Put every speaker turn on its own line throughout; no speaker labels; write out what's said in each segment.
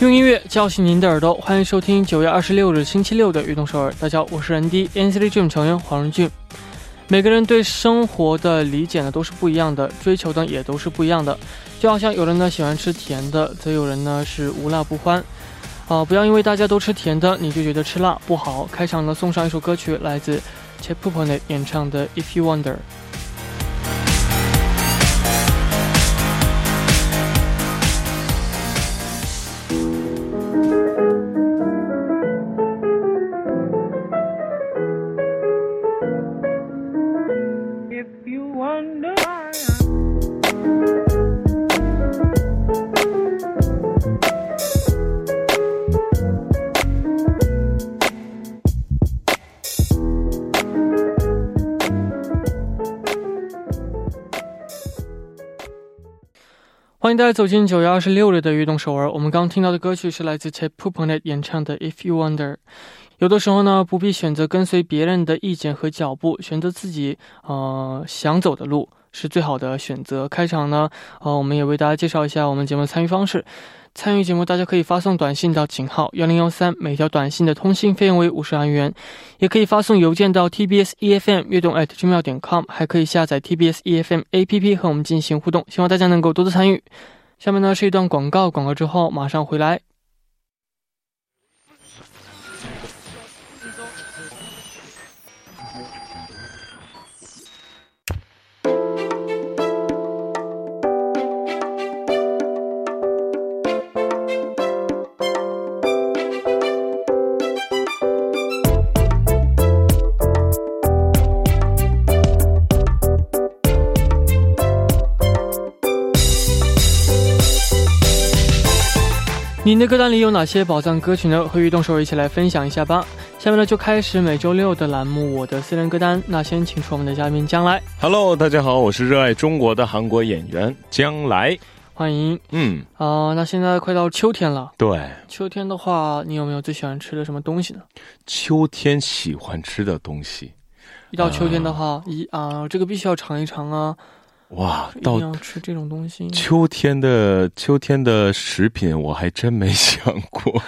用音乐叫醒您的耳朵，欢迎收听九月二十六日星期六的《运动首尔》。大家好，我是人 D NCT Dream 成员黄仁俊。每个人对生活的理解呢都是不一样的，追求呢也都是不一样的。就好像有人呢喜欢吃甜的，则有人呢是无辣不欢。啊、不要因为大家都吃甜的，你就觉得吃辣不好。开场呢送上一首歌曲，来自 c h e p u p o n e 演唱的《If You Wonder》。，
If you wonder why
欢迎大家走进九月二十六日的《运动首尔》。我们刚刚听到的歌曲是来自 c h e p u p o n e 演唱的《If You Wonder》。有的时候呢，不必选择跟随别人的意见和脚步，选择自己呃想走的路是最好的选择。开场呢，呃，我们也为大家介绍一下我们节目的参与方式。参与节目，大家可以发送短信到井号幺零幺三，每条短信的通信费用为五十韩元，也可以发送邮件到 tbs efm E 悦动 at gmail 点 com，还可以下载 tbs efm app 和我们进行互动。希望大家能够多多参与。下面呢是一段广告，广告之后马上回来。你的歌单里有哪些宝藏歌曲呢？和运动手一起来分享一下吧。下面呢就开始每周六的栏目《我的私人歌单》。那先请出我们的嘉宾将来，
Hello，大家好，我是热爱中国的韩国演员江来。
欢迎。
嗯，
啊、那现在快到秋天了，
对，
秋天的话，你有没有最喜欢吃的什么东西呢？
秋天喜欢吃的东西，
一到秋天的话，一啊、这个必须要尝一尝啊，
哇，
一定
到
要吃这种东西。
秋天的秋天的食品我还真没想 过。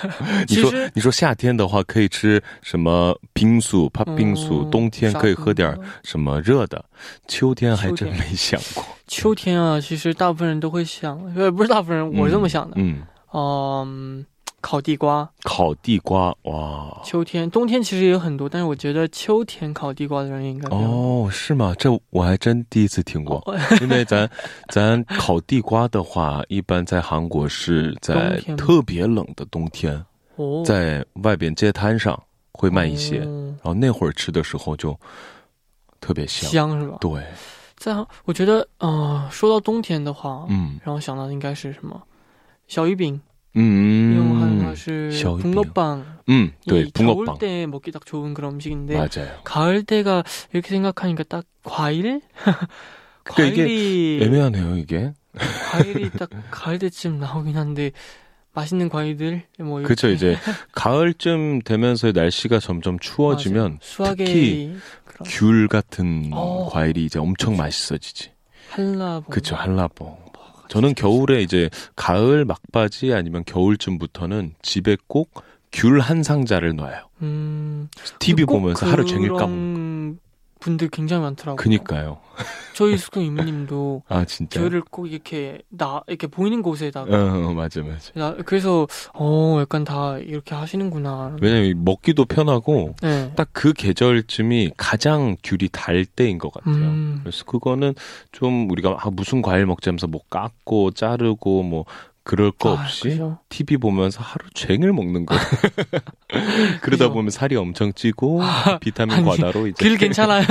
你
其
说
实
你说夏天的话可以吃什么冰素、怕冰素，
嗯
冬天可以喝点
啥冰
什么热的，秋天还
秋
真
天
没想 过。
秋天啊，其实大部分人都会想，呃，不是大部分人，我是这么想的，
嗯，嗯
嗯，烤地瓜，
烤地瓜，哇，
秋天、冬天其实也有很多，但是我觉得秋天烤地瓜的人应该比较多。
哦，是吗？这我还真第一次听过。
哦
因为咱咱烤地瓜的话，一般在韩国是在
冬天吗
特别冷的冬天，
哦，
在外边街摊上会卖一些，
哦
然后那会儿吃的时候就特别香。
香是吧？
对，
在我觉得，嗯、说到冬天的话，
嗯
让我想到的应该是什么？小鱼饼，用汉
嗯
话是
小鱼饼
붕어빵.
음, 네,
이 겨울
붕어빵.
때 먹기 딱 좋은 그런 음식인데
맞아요.
가을 때가 이렇게 생각하니까 딱 과일?
그 이게
과일이
애매하네요, 이게.
과일이 딱 가을 때쯤 나오긴 한데 맛있는 과일들 뭐 이렇게
그렇죠. 이제 가을쯤 되면서 날씨가 점점 추워지면
수학의
특히
그런
귤 같은
어.
과일이 이제 엄청 맛있어지지.
한라봉
그쵸 한라봉. 저는 겨울에 이제 가을 막바지 아니면 겨울쯤부터는 집에 꼭 귤 한 상자를 놔요.
음
TV
꼭
보면서 하루 종일
그런
까먹는.
분들 굉장히 많더라고요.
그니까요.
저희 숙소 이모님도
아 진짜.
겨울을 꼭 이렇게 나 이렇게 보이는 곳에다가
어, 어 맞아 맞아.
나- 그래서 어 약간 다 이렇게 하시는구나.
왜냐면 먹기도 편하고
네.
딱 그 계절쯤이 가장 귤이 달 때인 것 같아요.
음.
그래서 그거는 좀 우리가 아, 무슨 과일 먹자면서 뭐 깎고 자르고 뭐 그럴 거
아,
없이
그죠.
TV 보면서 하루 종일 먹는 거. 그러다
그죠.
보면 살이 엄청 찌고 비타민
아니,
과다로 이제
길 괜찮아요.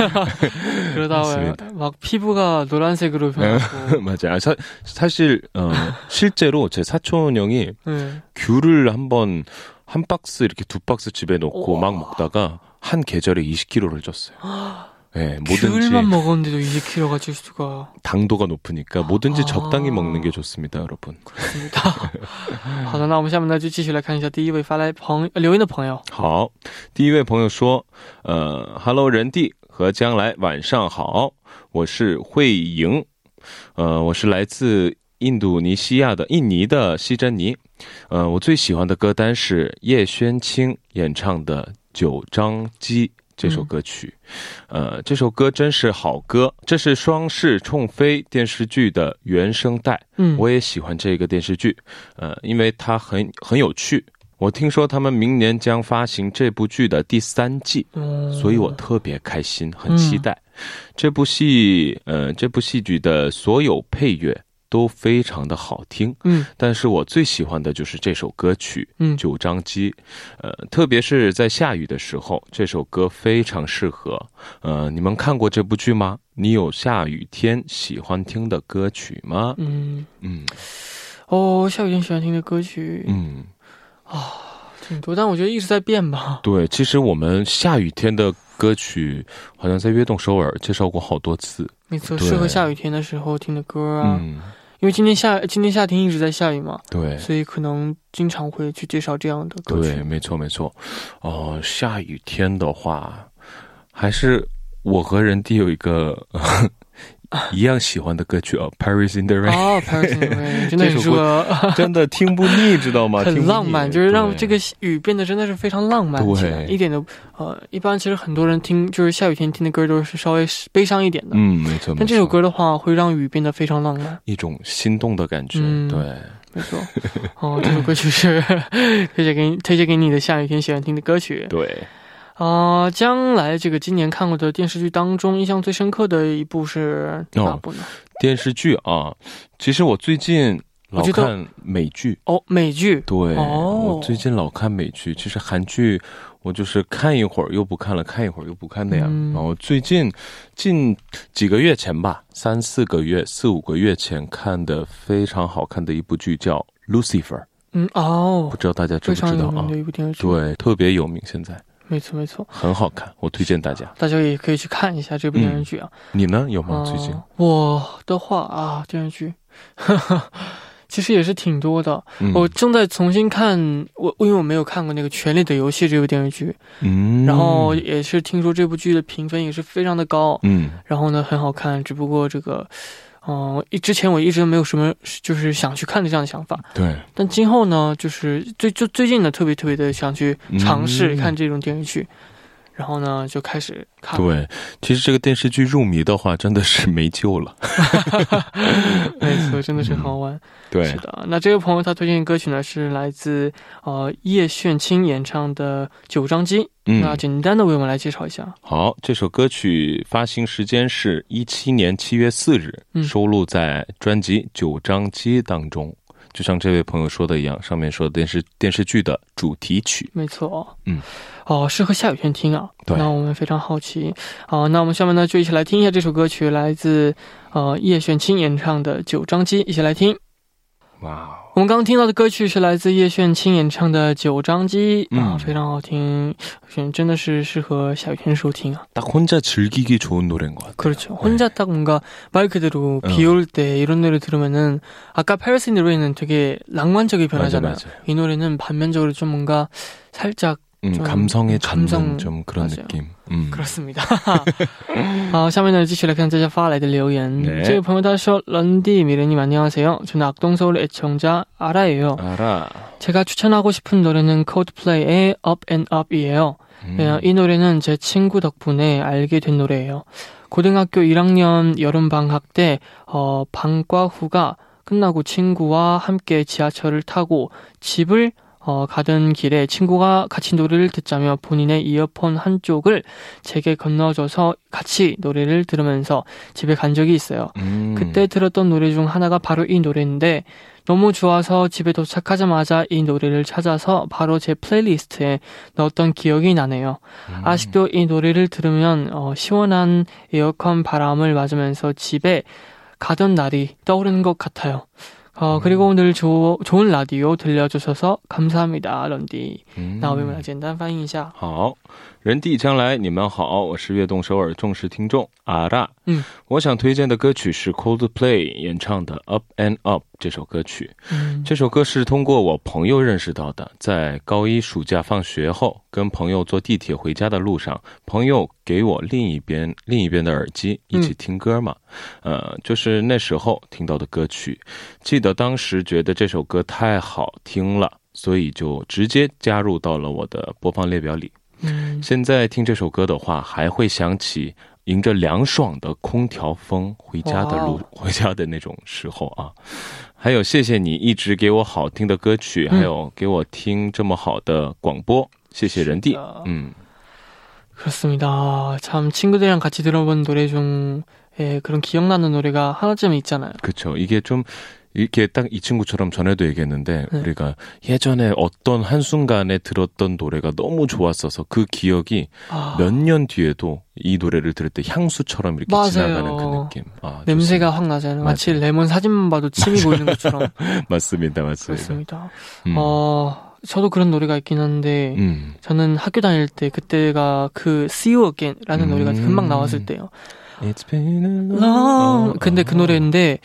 그러다가
맞습니다.
막 피부가 노란색으로 변하고.
맞아요. 아, 사, 사실 어, 실제로 제 사촌 형이
네.
귤을 한번 한 박스 이렇게 두 박스 집에 놓고
우와.
막 먹다가 한 계절에 20kg를 쪘어요. 예, 뭐든지
귤만 먹었는데도 20kg가 찔 수가
당도가 높으니까 뭐든지
아.
적당히 먹는 게 좋습니다, 여러분.
있습니다. 好的，那我们下面呢就继续来看一下第一位发来朋呃留言的朋友，
好，第一位朋友说，呃，Hello 人弟和将来晚上好，我是慧莹，呃，我是来自印度尼西亚的印尼的西珍妮，呃，我最喜欢的歌单是叶轩卿演唱的《九张机》这首歌曲。呃，这首歌真是好歌，这是《双世冲飞》电视剧的原声带。
嗯，
我也喜欢这个电视剧，呃，因为它很很有趣。我听说他们明年将发行这部剧的第三季，
嗯
所以我特别开心，很期待。这部戏，呃，这部戏剧的所有配乐都非常的好听，
嗯
但是我最喜欢的就是这首歌曲
嗯
《九张机》，呃，特别是在下雨的时候，这首歌非常适合。呃，你们看过这部剧吗？你有下雨天喜欢听的歌曲吗？
嗯，
嗯
哦，下雨天喜欢听的歌曲
嗯，
挺多，但我觉得一直在变吧。
对，其实我们下雨天的歌曲好像在悦动首尔介绍过好多次。
没错，
对
适合下雨天的时候听的歌啊，
嗯，
因为今天夏今天夏天一直在下雨嘛，
对。
所以可能经常会去介绍这样的歌
对，
曲。
没错没错。哦、下雨天的话，还是我和人弟有一个 一样喜欢的歌曲啊，《Paris in the Rain
哦 p a r i s in the Rain 真的
这
是
首
个》，
啊真的听不腻，知 道吗？听
很
不
浪漫，
腻
就是让这个
对
雨变得真的是非常浪漫起来，
对
一点都呃，一般其实很多人听就是下雨天听的歌都是稍微悲伤一点的，
嗯，没错。
但
没
这首
错
歌的话会让雨变得非常浪漫，
一种心动的感觉，
嗯
对，
没错。哦，这首歌曲是 推荐给你推荐给你的下雨天喜欢听的歌曲。
对，
啊、将来这个今年看过的电视剧当中，印象最深刻的一部是
哦
哪部呢？
电视剧啊，其实我最近老
我觉得
看美剧，
哦，美剧。
对，
哦
我最近老看美剧，其实韩剧我就是看一会儿又不看了，看一会儿又不看那样。
嗯
然后最近近几个月前吧，三四个月、四五个月前看的非常好看的一部剧叫《Lucifer》，
嗯，哦
不，知道大家
非
知不
常
知道
有
啊
名的？一部电视剧。，
对，特别有名，现在
没错没错，
很好看，我推荐大家。
大家也可以去看一下这部电视剧啊。
你呢？有吗？
啊
嗯最近？
我的话啊，电视剧， 其实也是挺多的。
嗯
我正在重新看，我因为我没有看过那个《权力的游戏》这部电视剧，
嗯，
然后也是听说这部剧的评分也是非常的高，
嗯
然后呢很好看，只不过这个。嗯，一之前我一直没有什么就是想去看的这样的想法，
对，
但今后呢，就是最就最近呢，特别特别的想去尝试
嗯
看这种电视剧，然后呢就开始看了，
对，其实这个电视剧入迷的话，真的是没 救了。
没错，哎真的是很好玩。
嗯对
是，的，那这位朋友他推荐的歌曲呢是来自呃叶炫清演唱的《九张机》，
嗯，
那简单的为我们来介绍一下。
好，这首歌曲发行时间是一七年七月四日，
嗯
收录在专辑《九张机》当中。就像这位朋友说的一样，上面说的电视电视剧的主题曲。
没错，
嗯，
哦，适合下雨天听啊。
对
那我们非常好奇，好、那我们下面呢就一起来听一下这首歌曲，来自呃叶炫清演唱的《九张机》，一起来听。
哇，
我们刚刚听到的歌曲是来自叶炫清演唱的《九张机》，啊，
嗯
非常好听，真的是适合下雨天收听啊。
딱 혼자 즐기기 좋은 노래인 것 같아요.
그렇죠. 혼자 딱 뭔가 말 그대로
어.
비 올 때 이런 노래 들으면은 아까 페리스 인더 레인은 되게 낭만적인
맞아
변화잖아요.
맞아.
이 노래는 반면적으로 좀 뭔가 살짝
음,
좀
감성에 잡는
감성-
좀 그런
맞아요.
느낌. 음.
그렇습니다. 아, 好，下面呢继续来看大家发来的留言。
네.
这位朋友他说：“런디미래님안녕하세요。저는 악동서울의 애청자 아라예요.
알아.
제가 추천하고 싶은 노래는 코드플레이의 Up and Up이에요.
음.
예, 이 노래는 제 친구 덕분에 알게 된 노래예요. 고등학교 1학년 여름방학 때, 어, 방과 후가 끝나고 친구와 함께 지하철을 타고 집을 어, 가던 길에 친구가 같이 노래를 듣자며 본인의 이어폰 한쪽을 제게 건너줘서 같이 노래를 들으면서 집에 간 적이 있어요.
음.
그때 들었던 노래 중 하나가 바로 이 노래인데 너무 좋아서 집에 도착하자마자 이 노래를 찾아서 바로 제 플레이리스트에 넣었던 기억이 나네요.
음.
아직도 이 노래를 들으면 어, 시원한 에어컨 바람을 맞으면서 집에 가던 날이 떠오르는 것 같아요. 어,
음.
그리고 오늘 조- 좋은 라디오 들려주셔서 감사합니다, 런디.
음.
那我们来简单翻译一下。
好，人地将来，你们好，我是悦动首尔重视听众阿大。
嗯，
我想推荐的歌曲是 Coldplay 演唱的《Up and Up》这首歌曲。
嗯
这首歌是通过我朋友认识到的，在高一暑假放学后，跟朋友坐地铁回家的路上，朋友给我另一边另一边的耳机一起听歌嘛，呃，就是那时候听到的歌曲，记得当时觉得这首歌太好听了，所以就直接加入到了我的播放列表里。
嗯
现在听这首歌的话，还会想起迎着凉爽的空调风回家的路
哇哦，
回家的那种时候啊。还有，谢谢你一直给我好听的歌曲，
嗯
还有给我听这么好的广播，谢谢人弟
是的。
嗯，
그렇습니다. 참 친구들이랑 같이 들어본 노래 중 예, 그런 기억나는 노래가 하나쯤 있잖아요.
그렇죠. 이게 좀 이렇게 딱 이 친구처럼 전에도 얘기했는데
네.
우리가 예전에 어떤 한 순간에 들었던 노래가 너무 좋았어서 그 기억이
아,
몇 년 뒤에도 이 노래를 들을 때 향수처럼 이렇게
맞아요.
지나가는 그 느낌. 아,
냄새가 확 나잖아요. 마치 레몬 사진만 봐도 침이 보이는 것처럼
좋습니다. 맞습니다, 맞습니다.
그렇습니다.
음.
어, 저도 그런 노래가 있긴 한데
음.
저는 학교 다닐 때 그때가 그 See You Again라는
음.
노래가 금방 나왔을 때요.
It's been a long-
랑 근데 그 노래인데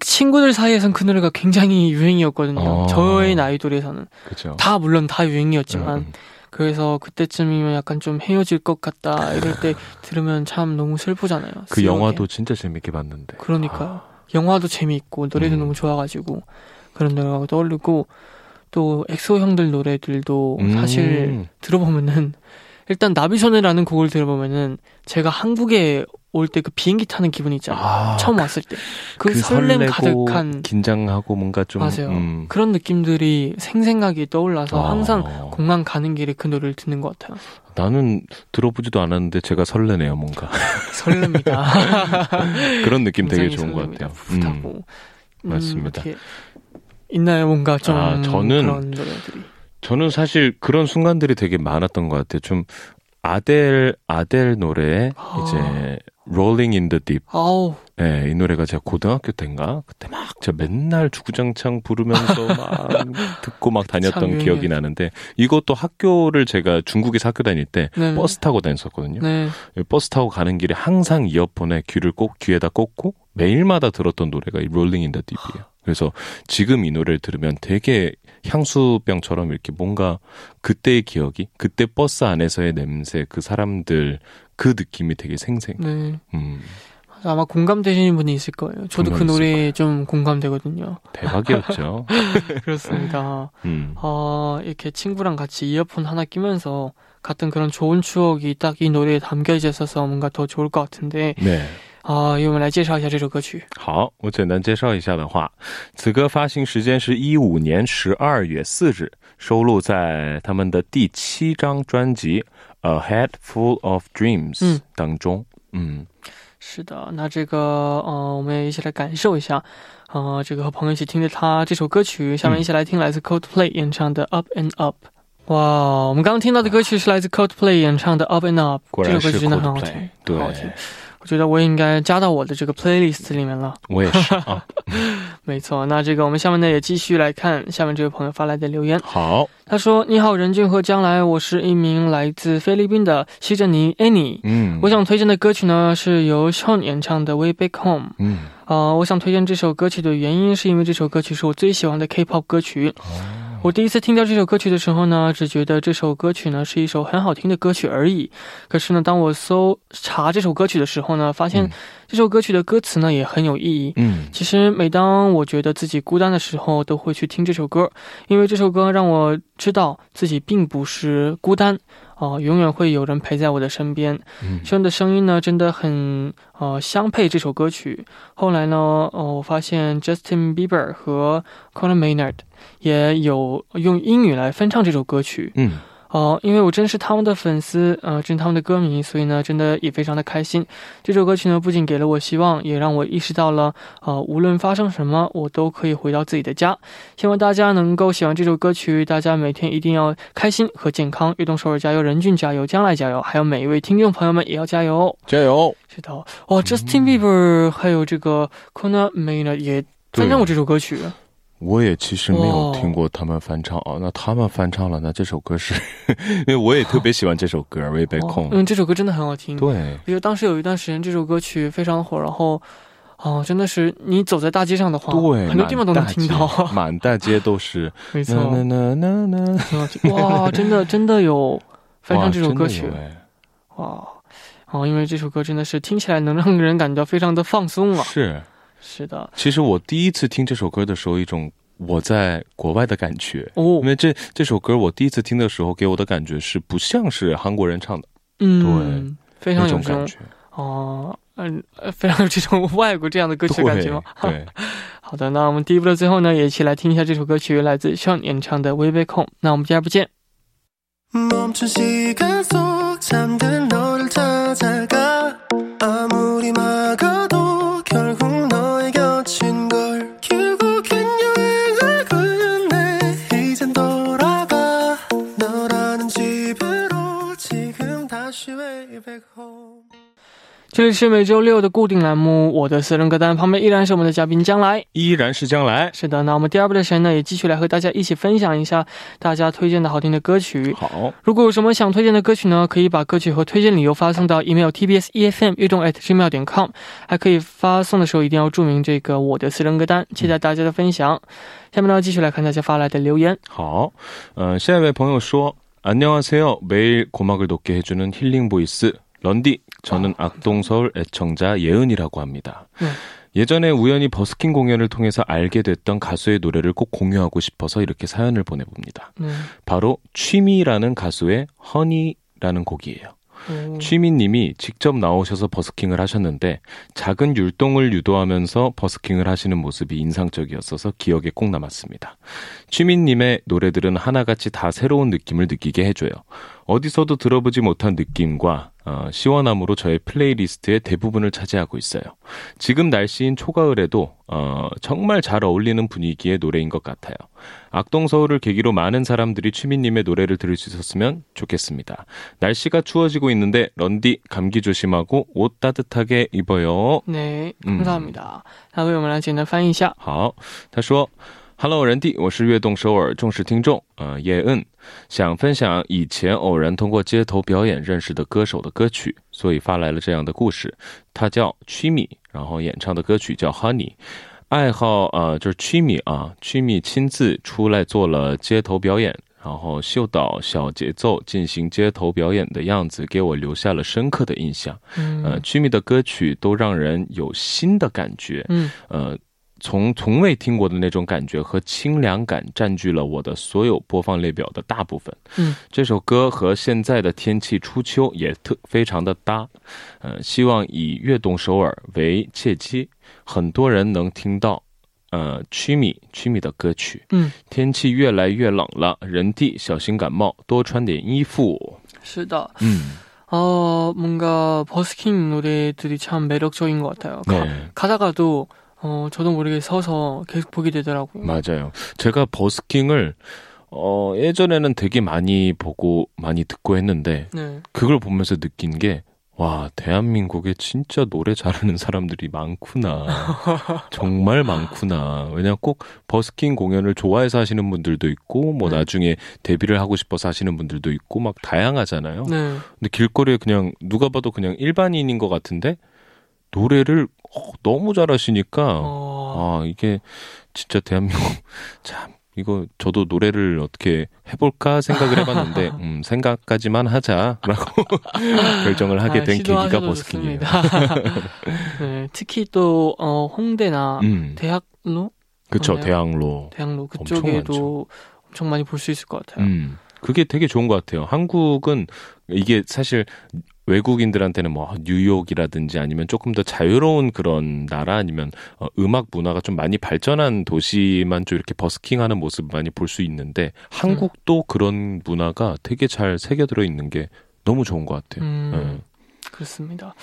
친구들 사이에선 그 노래가 굉장히 유행이었거든요.
어.
저의 나이 또래에서는
그죠.
다 물론 다 유행이었지만
음,
그래서 그때쯤이면 약간 좀 헤어질 것 같다 이럴 때 들으면 참 너무 슬프잖아요.
그
See You
영화도
Again.
진짜 재밌게 봤는데. 아.
그러니까요. 영화도 재미있고 노래도
음.
너무 좋아가지고 그런 노래가 떠오르고 또 엑소 형들 노래들도
음.
뭐 사실 들어보면은 일단 나비소녀라는 곡을 들어보면은 제가 한국에 올 때 그 비행기 타는 기분이 있잖아요.
아,
처음 왔을 때. 그,
그
설렘
설레고
가득한
긴장하고 뭔가 좀
맞아요.
음.
그런 느낌들이 생생하게 떠올라서
아,
항상 공항 가는 길에 그 노래를 듣는 것 같아요.
나는 들어보지도 않았는데 제가 설레네요, 뭔가.
설렙니다.
그런 느낌 되게
굉장히
좋은 것
설렙니다.
같아요.
풋풋하고. 음,
맞습니다.
어떻게 있나요? 뭔가 좀
아, 저는
그런 노래들이.
저는 사실 그런 순간들이 되게 많았던 것 같아요. 좀 아델 아델 노래
아.
이제 Rolling in the Deep
아우
예, 이 노래가 제가 고등학교 때인가 그때 막 제가 맨날 주구장창 부르면서 막 듣고 막
참
다녔던
유행이었죠.
기억이 나는데 이것도 학교를 제가 중국에서 학교 다닐 때
네.
버스 타고 다녔었거든요. 예,
네.
버스 타고 가는 길에 항상 이어폰에 귀를 꼭 귀에다 꽂고 매일마다 들었던 노래가 이 롤링 인더 딥이에요. 그래서 지금 이 노래를 들으면 되게 향수병처럼 이렇게 뭔가 그때의 기억이 그때 버스 안에서의 냄새 그 사람들 그 느낌이 되게 생생.
네.
음,
아마 공감되시는 분이 있을 거예요. 저도 그
분명 있을
노래에 좀 공감되거든요. 아.
대박이었죠.
그렇습니다.
음.
어, 이렇게 친구랑 같이 이어폰 하나 끼면서 같은 그런 좋은 추억이 딱 이 노래에 담겨 있어서 뭔가 더 좋을 것 같은데
对，
아, 이거 来介绍一下这首歌曲.
好，我简单介绍一下的话，此歌发行时间是一五年十二月四日，收录在他们的第七张专辑《A Head Full of Dreams
嗯》
当中。嗯，
是的，那这个呃，我们也一起来感受一下，呃，这个和朋友一起听着他这首歌曲，下面
嗯
一起来听来自 Coldplay 演唱的《Up and Up》。哇，我们刚刚听到的歌曲是来自 Coldplay 演唱的《Up and Up
果》，
这
然
首歌
是
曲真的很好
Coldplay
听，。
对
很，好听。我觉得我也应该加到我的这个 playlist 里面了。
我也 是啊。
没错，那这个我们下面呢也继续来看下面这位朋友发来的留言。
好，
他说：“你好，任俊和将来，我是一名来自菲律宾的西镇尼 Annie。
嗯，
我，想推荐的歌曲呢是由 Sean 演唱的《Way Back Home》。
嗯，
呃，我想推荐这首歌曲的原因，是因为这首歌曲是我最喜欢的 K-pop 歌曲。
哦
我第一次听到这首歌曲的时候呢，只觉得这首歌曲呢是一首很好听的歌曲而已。可是呢，当我搜查这首歌曲的时候呢，发现
嗯
这首歌曲的歌词呢也很有意义。
嗯，
其实，每当我觉得自己孤单的时候，都会去听这首歌，因为这首歌让我知道自己并不是孤单，啊、永远会有人陪在我的身边。
嗯，
轩的声音呢，真的很呃相配这首歌曲。后来呢，呃，我发现 Justin Bieber 和 Colin Maynard 也有用英语来翻唱这首歌曲。
嗯，
哦、因为我真是他们的粉丝，呃，真是他们的歌迷，所以呢，真的也非常的开心。这首歌曲呢，不仅给了我希望，也让我意识到了，呃，无论发生什么，我都可以回到自己的家。希望大家能够喜欢这首歌曲，大家每天一定要开心和健康。运动首尔加油，任俊加油，将来加油，还有每一位听众朋友们也要加油哦。
加油！
知道哦，Justin Bieber 还有这个 Kona May 呢，也翻唱过这首歌曲。
我也其实没有
哇
听过他们翻唱哦，那他们翻唱了，那这首歌是， 因为我也特别喜欢这首歌《Way Back
哦
Home》。
嗯，这首歌真的很好听。
对，
比如当时有一段时间这首歌曲非常火，然后哦，真的是你走在大街上的话，
对，
哦很多地方都能
满大
听到
街，满大街都是。
没错，
呐呐呐呐呐
嗯就哇，真的真的有翻唱这首歌曲
哇真的有哎
哇。哦，因为这首歌真的是听起来能让人感觉到非常的放松啊。
是，
是的，
其实我第一次听这首歌的时候，有一种我在国外的感觉。
哦
因，为这这首歌我第一次听的时候，给我的感觉是不像是韩国人唱的
嗯，非常
那
有
种
这种
感觉，
哦，嗯、呃非常有这种 外国这样的歌曲
对
的感觉吗？
对，
好的，那我们第一部的最后呢，也一起来听一下这首歌曲，来自 Sean 演唱的《微微控》。那我们第二部见。
멈춘 시간 속 잠든 너를 찾아가 아무리 막아도 결국 너의 곁인 걸 결국엔 여행을 끝내 이젠 돌아가 너라는 집으로 지금 다시 way back home
这里是每周六的固定栏目《我的私人歌单》，旁边依然是我们的嘉宾将来。
依然是将来。
是的，那我们第二部的神呢，也继续来和大家一起分享一下大家推荐的好听的歌曲。
好，
如果有什么想推荐的歌曲呢，可以把歌曲和推荐理由发送到 email tbs efm e 运动 at gmail 点 com，还可以发送的时候一定要注明这个我的私人歌单，期待大家的分享。下面呢，继续来看大家发来的留言。
好，呃，下一位朋友说， 어, 안녕하세요，매일고막을돋게해주는힐링보이스 런디, 저는 악동서울 애청자 예은이라고 합니다.
네.
예전에 우연히 버스킹 공연을 통해서 알게 됐던 가수의 노래를 꼭 공유하고 싶어서 이렇게 사연을 보내봅니다.
嗯，
바로 취미라는 가수의 허니라는 곡이에요.
嗯
취미님이 직접 나오셔서 버스킹을 하셨는데 작은 율동을 유도하면서 버스킹을 하시는 모습이 인상적이었어서 기억에 꼭 남았습니다. 취미님의 노래들은 하나같이 다 새로운 느낌을 느끼게 해줘요. 어디서도 들어보지 못한 느낌과 어, 시원함으로 저의 플레이리스트의 대부분을 차지하고 있어요. 지금 날씨인 초가을에도 어, 정말 잘 어울리는 분위기의 노래인 것 같아요. 악동서울을 계기로 많은 사람들이 취미님의 노래를 들을 수 있었으면 좋겠습니다. 날씨가 추워지고 있는데 런디 감기 조심하고 옷 따뜻하게 입어요.
네감
嗯
사합니다那为我们来简单翻译一下。
好，他说：“Hello，人弟，我是悦动首尔重视听众，呃，叶恩，想分享以前偶然通过街头表演认识的歌手的歌曲，所以发来了这样的故事。他叫 Chimi，然后演唱的歌曲叫 Honey。”爱好呃，就是 Chimi 啊，Chimi 亲自出来做了街头表演，然后秀导小节奏进行街头表演的样子，给我留下了深刻的印象。呃
嗯
，Chimi 的歌曲都让人有新的感觉，
嗯
呃，从从未听过的那种感觉和清凉感占据了我的所有播放列表的大部分。
嗯，
这首歌和现在的天气初秋也特非常的搭。呃，希望以悦动首尔为契机，很多人能听到。呃，曲米曲米的歌曲，
嗯，
天气越来越冷了，人弟小心感冒，多穿点衣服。
是的。
음.
어뭔가버스킹노래들이참매력적인것같아요
네,
가, 가다가도 어저도모르게서서계속보게되더라고요
맞아요. 제가 버스킹을 어, 예전에는 되게 많이 보고 많이 듣고 했는데
네
그걸 보면서 느낀 게, 와, 대한민국에 진짜 노래 잘하는 사람들이 많구나. 정말 많구나. 왜냐, 꼭 버스킹 공연을 좋아해서 하시는 분들도 있고, 뭐
네.
나중에 데뷔를 하고 싶어서 하시는 분들도 있고, 막 다양하잖아요.
네
근데 길거리에 그냥 누가 봐도 그냥 일반인인 것 같은데, 노래를 어, 너무 잘하시니까,
어
아, 이게 진짜 대한민국, 참. 이거 저도 노래를 어떻게 해볼까 생각을 해봤는데 음, 생각까지만 하자라고 결정을 하게
아,
된 계기가
시도하셔도
버스킹이에요.
좋습니다. 네, 특히 또 어, 홍대나
음,
대학로,
그쵸
맞나요? 네.
대학로.
대학로
엄청
그쪽에도 엄청, 많이 볼 수 있을 것 같아요.
음, 그게 되게 좋은 것 같아요. 한국은 이게 사실 외국인들한테는 뭐 뉴욕이라든지 아니면 조금 더 자유로운 그런 나라 아니면 어, 음악 문화가 좀 많이 발전한 도시만 좀 이렇게 버스킹하는 모습 많이 볼 수 있는데 한국도 그런 문화가 되게 잘 새겨들어 있는 게 너무 좋은 것 같아요.
음,
음.
그렇습니다.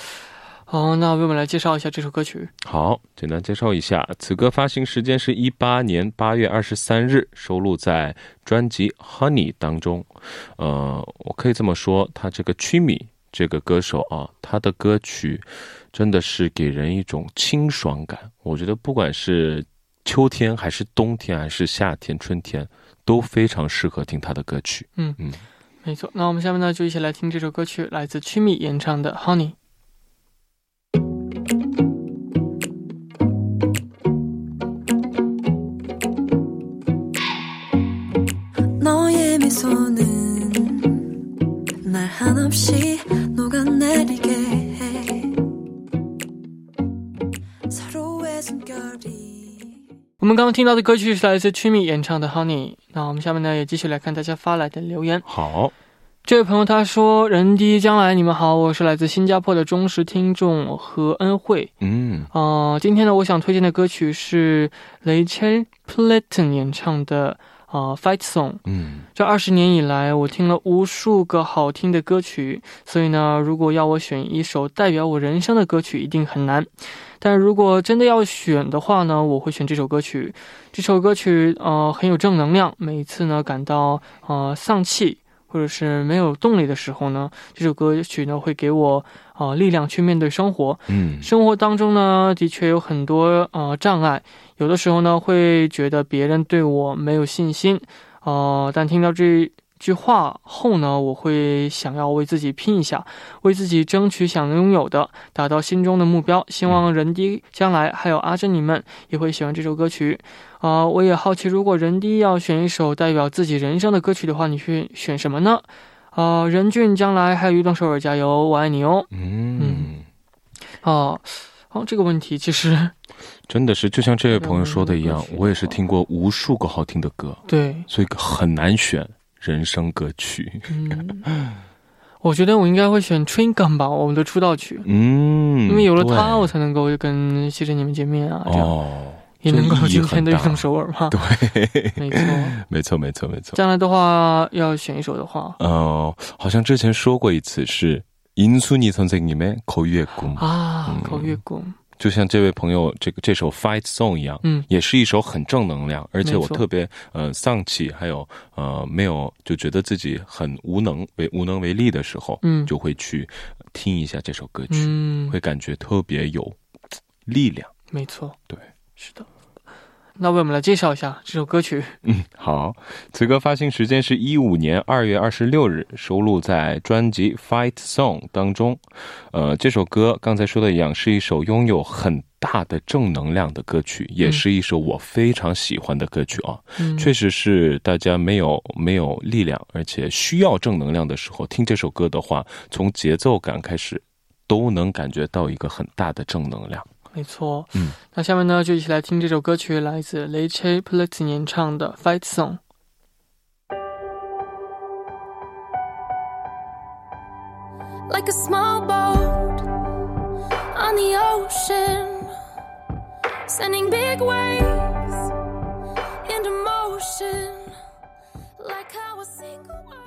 어, 나为我们来介绍一下这首歌曲
好，简单介绍一下，此歌发行时间是一八年八月二十三日，收录在专辑《Honey》当中。呃，我可以这么说，他这个曲米这个歌手啊，他的歌曲真的是给人一种清爽感。我觉得不管是秋天还是冬天还是夏天、春天，都非常适合听他的歌曲。
没错那我们下面呢就一起来听这首歌曲来自曲米演唱的 Honey
한없이 녹아내리게 해 서로의 숨결이
我们刚刚听到的歌曲是来自 Chimi 演唱的《Honey》。那我们下面呢，也继续来看大家发来的留言。
好，
这位朋友他说：“人低将来，你们好，我是来自新加坡的忠实听众何恩惠。
嗯，
呃，今天呢，我想推荐的歌曲是雷切 Platon 演唱的呃《Fight Song》。
嗯，
这二十年以来，我听了无数个好听的歌曲，所以呢，如果要我选一首代表我人生的歌曲，一定很难。但如果真的要选的话呢，我会选这首歌曲。这首歌曲呃很有正能量，每一次呢感到呃丧气或者是没有动力的时候呢，这首歌曲呢会给我呃力量去面对生活。
嗯，
生活当中呢，的确有很多呃障碍，有的时候呢会觉得别人对我没有信心，呃，但听到这句话后呢，我会想要为自己拼一下，为自己争取想拥有的，达到心中的目标。希望人低将来还有阿珍你们也会喜欢这首歌曲。啊、我也好奇，如果人低要选一首代表自己人生的歌曲的话，你会选什么呢？啊、任俊将来还有于动首尔加油，我爱你哦。
嗯，
哦，哦，这个问题其实
真的是就像这位朋友说的一样
人生的歌，曲
我也是听过无数个好听的歌，
对，
所以很难选人生歌曲。
嗯，我觉得我应该会选《t r i n g u m 吧，我们的出道曲，
嗯，
因为有了它，
对
我才能够跟西珍你们见面啊，这样、
哦，
也能够有今天的运
这意义很大
动首尔嘛。对，没错。
没错，没错，没错。
将来的话，要选一首的话
呃，好像之前说过一次是인순이선생님의거위의꿈，
啊
嗯，
搞月宫，
就像这位朋友这个这首 Fight Song 一样，
嗯
也是一首很正能量，而且我
没错
特别呃丧气，还有呃没有就觉得自己很无能为无能为力的时候，
嗯
就会去呃听一下这首歌曲，
嗯
会，感觉特别有嘖力量。
没错，
对，
是的。那为我们来介绍一下这首歌曲，
嗯，好，此歌发行时间是一五年二月二十六日，收录在专辑《Fight Song》当中。呃，这首歌刚才说的一样，是一首拥有很大的正能量的歌曲，也是一首我非常喜欢的歌曲啊。
嗯，
确实是大家没有没有力量，而且需要正能量的时候，听这首歌的话，从节奏感开始，都能感觉到一个很大的正能量。
没错。
嗯，
那下面呢，就一起来听这首歌曲，来自雷切 Platin 演唱的《Fight Song》。
like a small boat on the ocean, sending big waves into motion, like how a single word.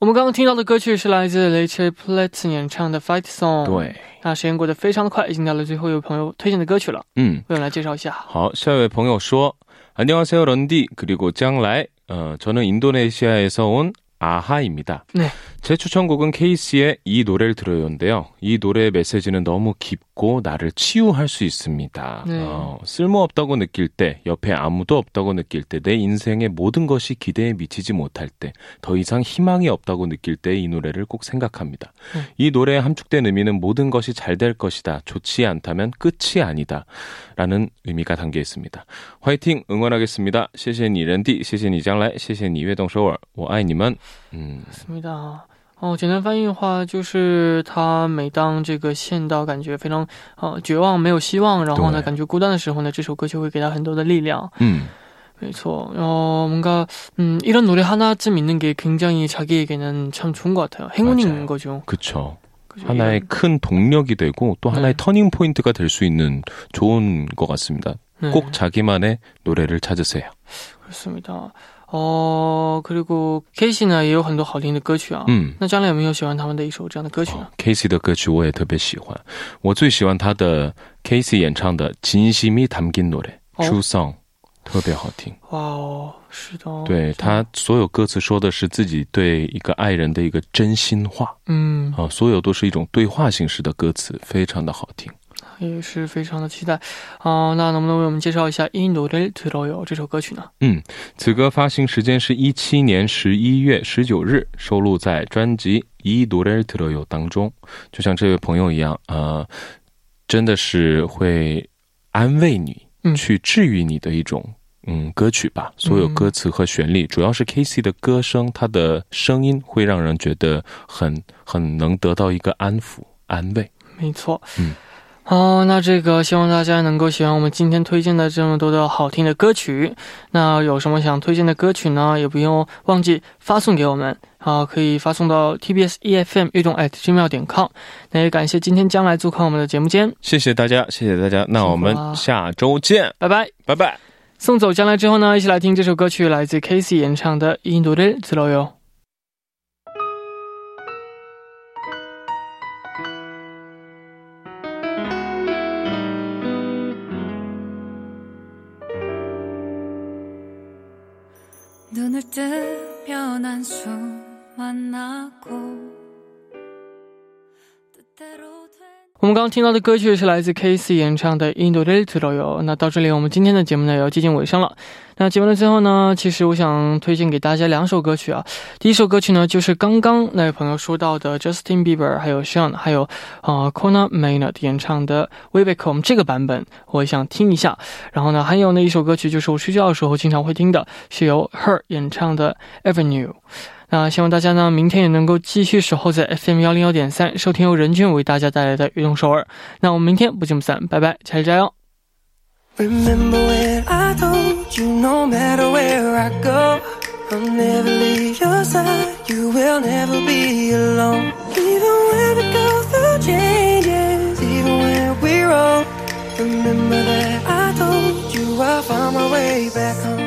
我们刚刚听到的歌曲是来自雷切 Platin 演唱的《Fight Song》。，
对，
那时间过得非常的快，已经到了最后一位朋友推荐的歌曲了。
嗯。
为我们来介绍一下，
好，下一位朋友说， 어, 안녕하세요 런디 그리고将来, 어, 저는 인도네시아에서 온 아하입니다.
네.
제 추천곡은 케이씨의 이 노래를 들어요인데요. 이 노래의 메시지는 너무 깊고 나를 치유할 수 있습니다.
네.
어, 쓸모없다고 느낄 때, 옆에 아무도 없다고 느낄 때, 내 인생의 모든 것이 기대에 미치지 못할 때, 더 이상 희망이 없다고 느낄 때 이 노래를 꼭 생각합니다.
네.
이 노래에 함축된 의미는 모든 것이 잘 될 것이다. 좋지 않다면 끝이 아니다. 라는 의미가 담겨 있습니다. 화이팅! 응원하겠습니다. 谢谢你,랜디. 谢谢你,将来.谢谢你,悦动首尔.我爱你们. 음,
思密达。哦，简单翻译的话就是，他每当这个陷到感觉非常呃绝望、没有希望，然后呢
对
感觉孤单的时候呢，这首歌就会给他很多的力量。
음,
그렇죠. 어, 뭔가 음, 이런 노래 하나쯤 있는 게 굉장히 자기에게는 참 좋은 것 같아요. 행운이
맞아요.
있는 거죠.
그쵸.
그죠?
하나의 큰 동력이 되고 또 하나의
예. 네.
터닝 포인트가 될 수 있는 좋은 것 같습니다.
이런- 네.
꼭 자기만의 노래를 찾으세요.
그렇습니다. 어哦 그리고 케이시나 也有很多好听的歌曲啊
음. 어, 그
那张亮有没有喜欢他们的一首这样的歌曲呢
哦、Casey 的歌曲我也特别喜欢，我最喜欢他的 Casey 演唱的《진심이담긴노래》
哦
True Song，特别好听。
哇哦，是的哦，
对他所有歌词说的是自己对一个爱人的一个真心话
嗯，
啊，所有都是一种对话形式的歌词，非常的好听。
也是非常的期待。啊、那能不能为我们介绍一下《이 노래를들어요》这首歌曲呢？
此歌发行时间是一七年十一月十九日，收录在专辑《이노래를들어요》当中。就像这位朋友一样，呃，真的是会安慰你、
嗯
去治愈你的一种嗯歌曲吧，所有歌词和旋律，主要是 Casey 的歌声，他的声音会让人觉得很很能得到一个安抚安慰。
没错。
嗯。
好，那这个希望大家能够喜欢我们今天推荐的这么多的好听的歌曲。那有什么想推荐的歌曲呢？也不用忘记发送给我们啊，可以发送到 tbs efm E 运动 at gmail 点 com。那也感谢今天将来做客我们的节目间，
谢谢大家，谢谢大家，那我
辛苦了
们下周见，
拜拜。
拜拜。
送走将来之后呢，一起来听这首歌曲，来自 Casey 演唱的《印度的自由》。
눈을 뜨면 한숨 만나고 뜻대로 된
我们刚刚听到的歌曲是来自 K.C 演唱的《印度的自由》。那到这里，我们今天的节目呢也要接近尾声了。那节目的最后呢，其实我想推荐给大家两首歌曲啊。第一首歌曲呢，就是刚刚那位朋友说到的 Justin Bieber，还有 Sean，还有啊、呃 Connor Maynard 演唱的《We Become》这个版本，我也想听一下。然后呢，还有呢一首歌曲，就是我睡觉的时候经常会听的，是由 Her 演唱的《Avenue》。那希望大家呢，明天也能够继续守候在 FM 幺零幺点三，收听由任俊为大家带来的《运动首尔》。那我们明天不见不散，拜拜，加油加油！
Remember where I told you no matter where I go, I'll never leave your side. You will never be alone. Even when we go through changes, even when we're old. Remember that I told you I found my way back home.